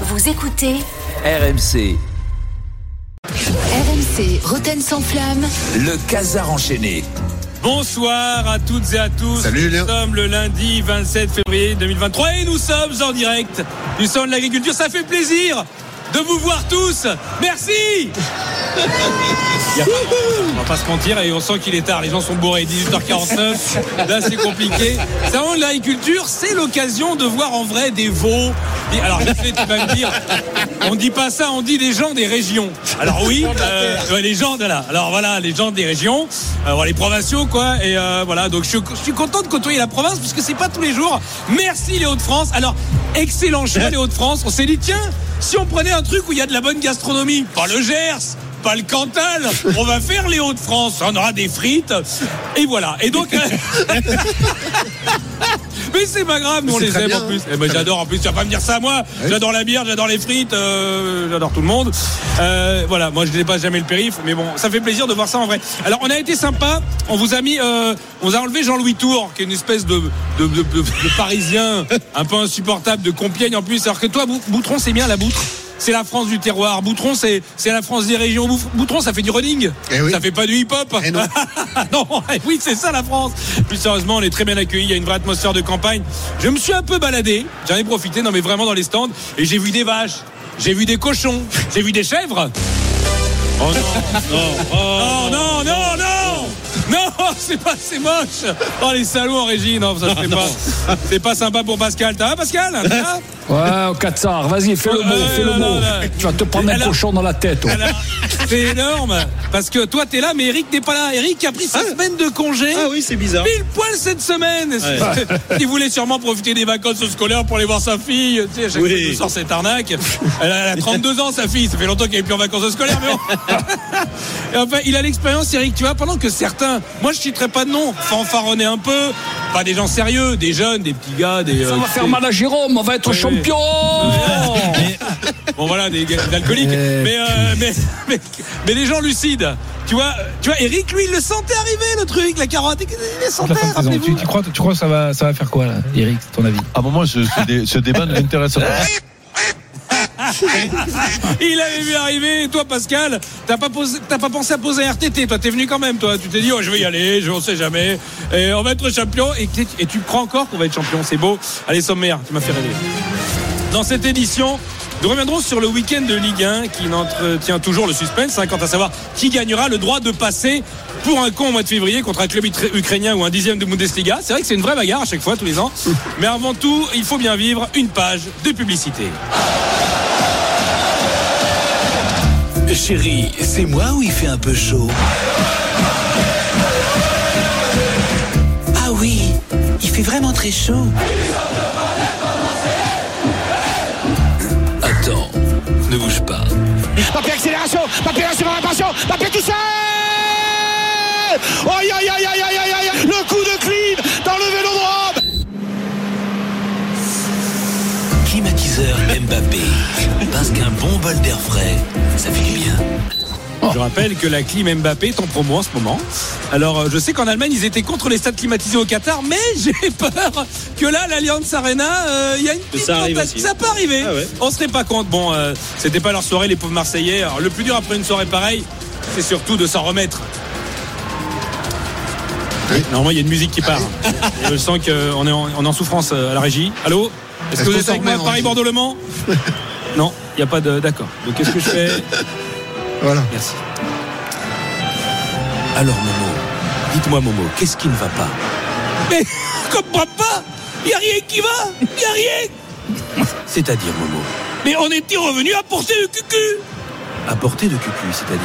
Vous écoutez RMC, RMC Roten sans flamme. le casar enchaîné. Bonsoir à toutes et à tous. Salut, nous Julien. sommes le lundi 27 février 2023 et nous sommes en direct du salon de l'agriculture. Ça fait plaisir de vous voir tous. Merci. Il y a pas- on va pas se mentir et on sent qu'il est tard. Les gens sont bourrés. 18h49. Là, c'est compliqué. Salon de l'agriculture, c'est l'occasion de voir en vrai des veaux. Et Alors, je sais, tu vas me dire, on dit pas ça, on dit les gens des régions. Alors oui, euh, ouais, les gens de là. Alors voilà, les gens des régions, Euh, voilà, les provinciaux, quoi. Et euh, voilà, donc je, suis- je suis content de côtoyer la province puisque c'est pas tous les jours. Merci les Hauts-de-France. Alors, excellent choix les Hauts-de-France. On s'est dit, tiens, si on prenait un truc où il y a de la bonne gastronomie, pas le Gers, pas le Cantal, on va faire les Hauts-de-France. On aura des frites. Et voilà. Et donc. Mais c'est pas grave, nous on c'est les très aime bien, en plus. hein. Eh ben, j'adore en plus, tu vas pas me dire ça moi. J'adore la bière, j'adore les frites, euh, j'adore tout le monde. Euh, voilà, moi je n'ai pas jamais le périph, mais bon, ça fait plaisir de voir ça en vrai. Alors on a été sympa, on vous a mis, euh, on vous a enlevé Jean-Louis Tour, qui est une espèce de, de, de- de- de Parisien un peu insupportable, de Compiègne en plus. Alors que toi, Bou- Boutron, c'est bien la boutre. C'est la France du terroir. Boutron, c'est c'est la France des régions. Bouf- Boutron, ça fait du running. Eh oui. Ça fait pas du hip-hop. Eh non. non, eh oui, c'est ça la France. Plus sérieusement, on est très bien accueillis. Il y a une vraie atmosphère de campagne. Je me suis un peu baladé. J'en ai profité, non mais vraiment dans les stands. Et j'ai vu des vaches. J'ai vu des cochons. J'ai vu des chèvres. Oh non, non, oh, non, non, non, non, non, c'est pas, c'est moche. Oh les salauds en régie, non, ça se fait pas. C'est pas sympa pour Pascal. T'as un Pascal Hein Ouais, au Qatar, vas-y, fais le Ouais, mot, ouais, fais le non, mot. non, non. Tu vas te prendre un Alors- cochon dans la tête. oh. Alors, c'est énorme parce que toi t'es là, mais Eric n'est pas là. Eric a pris sa semaine de congé. Ah oui, c'est bizarre. Pile poil cette semaine Il voulait sûrement profiter des vacances scolaires pour aller voir sa fille. Tu sais, à chaque Oui. fois qu'il nous sort cette arnaque. Elle a, elle a 32 ans, sa fille. Ça fait longtemps qu'elle n'est plus en vacances scolaires, mais bon. Et enfin, il a l'expérience, Eric, tu vois, pendant que certains, moi je citerai pas de nom, fanfaronner un peu, pas des gens sérieux, des jeunes, des petits gars, des. euh, On va tu faire sais, mal à Jérôme, on va être champion Oh. Bon voilà, des, des alcooliques. Mais, euh, mais, mais, mais des gens lucides. Tu vois, tu vois, Eric, lui, il le sentait arriver, le truc, la carotte. Il le sentait, rappelez-vous. crois, tu crois que ça va, ça va faire quoi là, Eric, ton avis À un moment, Ah, ce, ce dé- ce débat ne m'intéresse pas. euh, Il avait vu arriver, et toi, Pascal, t'as pas, posé- t'as pas pensé à poser un RTT. Toi, t'es venu quand même, toi. Tu t'es dit, oh, je vais y aller, je, on sait jamais. Et on va être champion. Et, t'es- et tu crois encore qu'on va être champion. C'est beau. Allez, sommaire, tu m'as fait rêver. Dans cette édition, nous reviendrons sur le week-end de Ligue 1 qui entretient toujours le suspense hein, quant à savoir qui gagnera le droit de passer pour un con au mois de février contre un club utra- ukrainien ou un dixième de Bundesliga. C'est vrai que c'est une vraie bagarre à chaque fois, tous les ans. Mais avant tout, il faut bien vivre une page de publicité. Chérie, c'est moi où il fait un peu chaud Ah oui, il fait vraiment très chaud. Attends, ne bouge pas. Papier accélération, papier accélération, papier tout seul Aïe aïe aïe aïe aïe aïe aïe Le coup de clean dans le vélodrome Climatiseur Mbappé. Parce qu'un bon bol d'air frais, ça fait du bien. Je rappelle que la clim Mbappé est en promo en ce moment. Alors, euh, je sais qu'en Allemagne, ils étaient contre les stades climatisés au Qatar, mais j'ai peur que là, l'Alliance Arena, euh, il y a une petite ça arrive tentative. aussi. Ça peut arriver. Ah ouais. On serait pas contre. Bon, euh, c'était pas leur soirée, les pauvres Marseillais. Alors, le plus dur après une soirée pareille, c'est surtout de s'en remettre. Normalement, il y a une musique qui part. Et je sens qu'on est, en- on est en souffrance euh, à la régie. Allô Est-ce que Est-ce vous qu'on êtes s'en avec moi remet en Paris-Bordeaux-Le Mans Non, il n'y a pas de. D'accord. Donc, qu'est-ce que je fais Voilà. Merci. Alors Momo, dites-moi Momo, qu'est-ce qui ne va pas Mais je comprends pas Il a rien qui va Il a rien C'est-à-dire, Momo, Mais on était revenu à porter le cucu à portée de cucu, c'est-à-dire.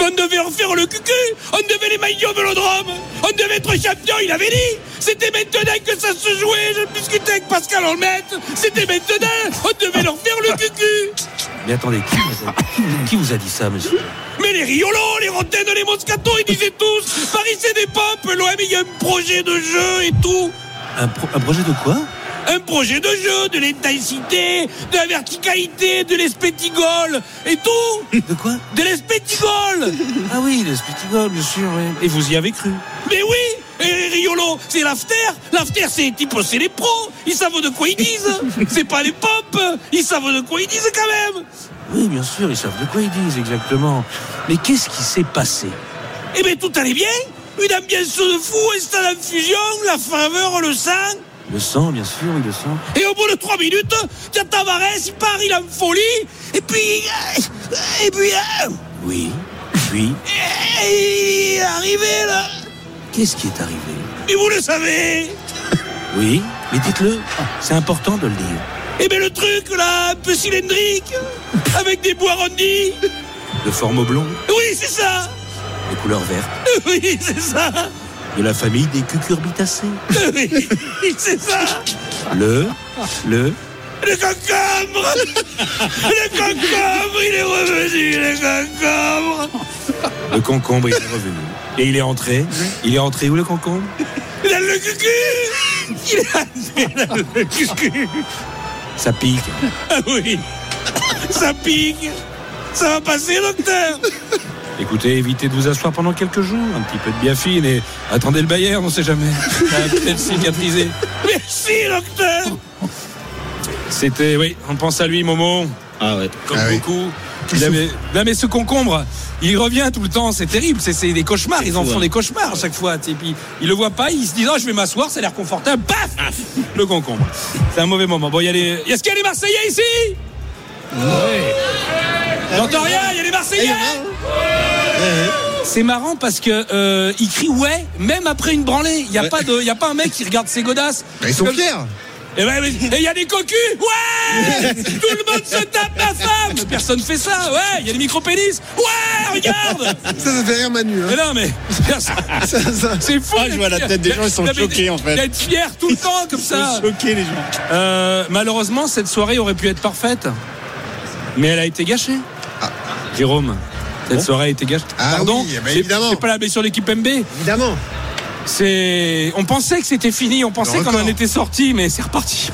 On devait en faire le cucu On devait les maillots au vélodrome On devait être champion, il avait dit C'était maintenant que ça se jouait Je discutais avec Pascal Olmette C'était maintenant On devait leur faire le cucu Mais attendez, qui vous a, qui vous a dit ça, monsieur Mais les Riolo, les Rotten, les Moscato, ils disaient tous Paris c'est des peuples, l'OM il y a un projet de jeu et tout un, pro- un projet de quoi un projet de jeu, de l'intensité, de la verticalité, de l'espétigol et tout De quoi De l'espétigol Ah oui, le petit bien sûr, oui. Et vous y avez cru Mais oui Et Riolo Polo, c'est l'after. L'after, c'est les types, c'est les pros. Ils savent de quoi ils disent. C'est pas les pompes. Ils savent de quoi ils disent quand même. Oui, bien sûr, ils savent de quoi ils disent exactement. Mais qu'est-ce qui s'est passé Eh bien, tout allait bien. Une ambiance de fou, instant d'infusion, la faveur, le sang. Le sang, bien sûr, oui, le sang. Et au bout de trois minutes, il y a Tavares, il part, il est en folie. Et puis. euh, Et puis. Oui, puis. Et il est arrivé là. Qu'est-ce qui est arrivé Mais vous le savez Oui, mais dites-le. C'est important de le dire. Eh bien, le truc là, un peu cylindrique, avec des bois arrondis. De forme oblongue Oui, c'est ça De couleur verte Oui, c'est ça De la famille des cucurbitacées Oui, c'est ça Le. Le. Le concombre Le concombre, il est revenu, le concombre Le concombre, il est revenu. Et il est entré Il est entré où le concombre Il a le cucu Il a, il a le cucu Ça pique Ah oui Ça pique ça va passer, docteur Écoutez, évitez de vous asseoir pendant quelques jours, un petit peu de biafine et attendez le Bayern, on sait jamais. Ça va Ah, peut-être cicatriser. Merci, docteur C'était, oui, on pense à lui, Momo. Ah ouais. Comme Ah oui. beaucoup. Il avait- Non mais ce concombre, il revient tout le temps, c'est terrible, c'est- c'est hein. des cauchemars, ils en font des cauchemars à chaque fois. Et puis ils le voient pas, ils se disent oh je vais m'asseoir, ça a l'air confortable, paf Le concombre. C'est un mauvais moment. Bon, il y a les. Est-ce qu'il y a les Marseillais ici J'entends rien, il y a les Eh Marseillais ben. C'est marrant parce que euh, ils crient ouais même après une branlée. Il n'y a, pas de- il y a pas un mec qui regarde ses godasses. Ils sont Comme- fiers. Et ouais, Eh ben, mais- et il y a des cocus Ouais Tout le monde se tape ma femme Personne fait ça Ouais, il y a des micro-pénis Ouais, regarde Ça, ça fait rire Manu. hein. Mais non mais Ça, ça- c'est fou Ah, je vois la tête des gens, ils sont Non, mais choqués, en fait. D'être fier tout le temps comme ça Choqué les gens. Euh, malheureusement, cette soirée aurait pu être parfaite, mais elle a été gâchée. Jérôme, cette soirée a été gâchée. Ah Pardon, oui, eh ben c'est- évidemment. c'est pas la blessure de l'équipe MB. Évidemment. C'est, on pensait que c'était fini, on pensait Le qu'on en record. était sorti, mais c'est reparti.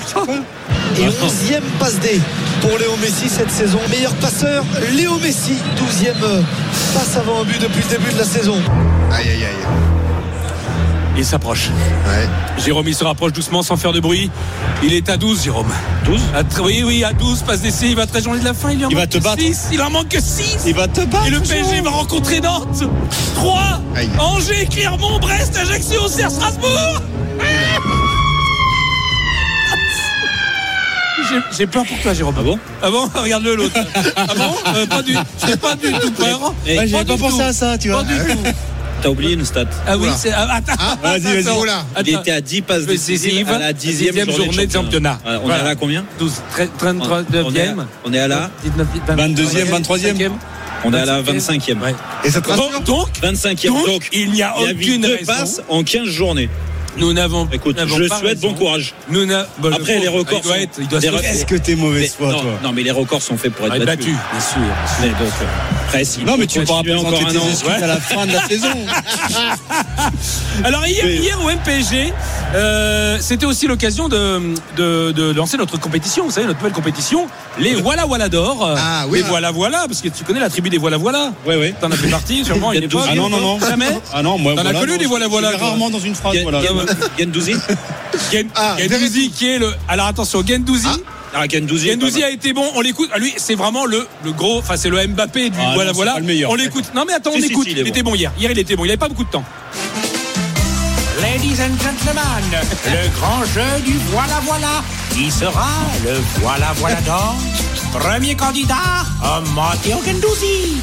Et 11e passe D pour Léo Messi cette saison. Meilleur passeur, Léo Messi, euh, 12e passe avant un but depuis le début de la saison. Aïe, aïe, aïe. Il s'approche. Ouais. Jérôme, il se rapproche doucement sans faire de bruit. Il est à 12, Jérôme. 12 Oui, oui, à 12, passe d'essai, il va très loin de la fin. Il, lui en Il va manque te battre. 6, il en manque que 6. Il va te battre. Et le PSG va rencontrer Nantes 3 Aïe. Angers, Clermont, Brest, Ajaccio, Auxerre, Strasbourg J'ai- J'ai peur pour toi, Jérôme. Ah bon Ah bon Regarde-le, l'autre. Ah bon Euh, Pas du, j'ai pas du tout peur. Ouais, J'avais du pas pensé tout. à ça, tu vois. Pas du tout. T'as oublié une stat. Ah oui, Oula. c'est. ah, Attends, Ah, attends, vas-y, vas-y. attends. Oula. Il était à 10 passes décisives à la 10 dixième journée de championnat. Voilà, on Voilà. est à la combien 12, 12 33, 9e. On est à la 19, 22e, 23e. on est à la 25e. Ouais. Et ça te rassure Donc, donc, 25e. donc, Donc, il il n'y a y a eu aucune deux raison. passes en 15 journées. Nous n'avons Écoute, nous n'avons je pas souhaite raison. bon courage. Nous n'a- bah, le Après, pauvre, les records Il doit sont- être, il doit les se records- Bah, Est-ce que t'es Mais- mauvaise foi, non, toi non, mais les records sont faits pour Ah, être il est battus. battu, bien sûr. Mais donc, euh, après, s'il Non, mais faut tu pourras continuer présenter encore un tes an. excuses à la fin de la saison. Alors hier, Mais- hier au MPG, euh, c'était aussi l'occasion de, de, de lancer notre compétition, vous savez, notre nouvelle compétition, les Voilà Voilà d'or. Ah oui. Les Voilà Voilà, parce que tu connais la tribu des Voilà Voilà. Ouais, ouais. T'en as fait partie, sûrement, une époque. Ah non, non, non. hein. Jamais. Ah non, moi, T'en as voilà, connu non, des voilà, je- je voilà, vais toi. Rarement dans une phrase, Gen- voilà. Gen- Gendouzi Gen- Ah, Gendouzi qui est le. Alors attention, Gendouzi. Ah, Gendouzi. Gendouzi a été bon, on l'écoute. Ah, lui, c'est vraiment le, le gros. Enfin, c'est le Mbappé du Ah non, voilà c'est voilà. pas le meilleur. On l'écoute. Non mais attends, Si, on si, l'écoute. si, il il est était bon hier. Hier, il était bon. Il avait pas beaucoup de temps. Ladies and gentlemen, le grand jeu du voilà voilà, qui sera le voilà voilà d'or. Premier candidat, Matteo Gendouzi.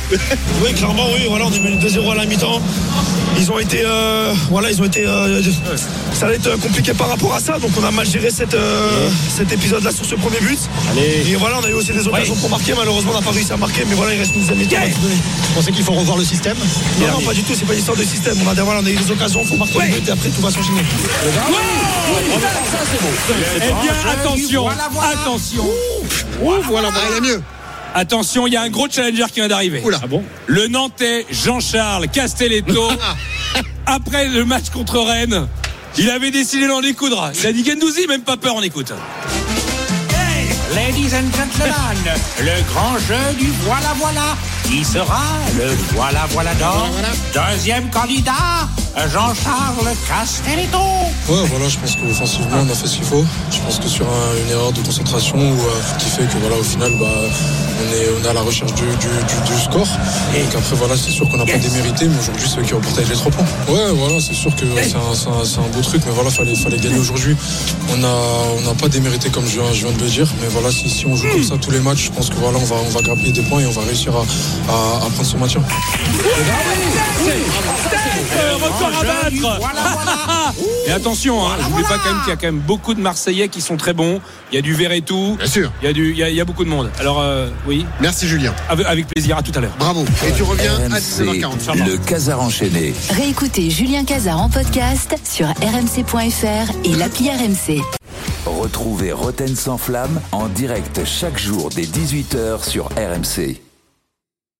Oui, clairement, oui. Voilà, on est mené 2-0 à la mi-temps. Ils ont été, euh, voilà, ils ont été. euh, ça allait être euh, compliqué par rapport à ça, donc on a mal géré cette, euh, cet épisode-là sur ce premier but. Et voilà, on a eu aussi des occasions pour marquer. Malheureusement, on n'a pas réussi à marquer, mais voilà, il reste une dizaine de temps à se donner. pensez qu'il faut revoir le système Non, non, pas du tout. C'est pas une histoire de système. On a, des- voilà, on a eu des occasions pour marquer le but et après tout va s'enchaîner. Eh bien, attention, attention. Ouh, voilà, Ah, il est mieux. Attention, il y a un gros challenger qui vient d'arriver. Oula. Ah bon Le Nantais Jean-Charles Castelletto, Ah. après le match contre Rennes, il avait décidé d'en découdre. Il a dit Gendouzi, même pas peur, on écoute. Ladies and gentlemen, le grand jeu du voilà voilà, qui sera le voilà voilà d'or. Deuxième candidat, Jean-Charles Castelletto. Ouais, voilà, je pense qu'offensivement, on a fait ce qu'il faut. Je pense que sur un- une erreur de concentration ou, euh, qui fait que, voilà, au final, bah, on, est, on est à la recherche du, du, du- du score. Donc après, voilà, c'est sûr qu'on n'a pas démérité, mais aujourd'hui, c'est eux qui repartent avec les trois points. Ouais, voilà, c'est sûr que ouais, c'est un, c'est un- c'est un beau truc, mais voilà, fallait, fallait gagner aujourd'hui. On n'a on n'a pas démérité, comme je, je viens de le dire, mais voilà, si, si on joue comme ça tous les matchs, je pense que, voilà, on va, on va grappiller des points et on va réussir à, à- à prendre son maintien. Euh, record à battre Et attention, hein, j'oublie pas quand même qu'il y a quand même beaucoup de Marseillais qui sont très bons. Il y a du Verretou. Bien sûr. Il y a du, il y a, il y a beaucoup de monde. Alors euh, oui. Merci Julien. Avec, avec plaisir. À tout à l'heure. Bravo. Et tu reviens à 19h40. Le Casar enchaîné. Réécoutez Julien Cazard en podcast sur rmc.fr et l'appli RMC. Retrouvez Roten sans flamme en direct chaque jour dès 18h sur RMC.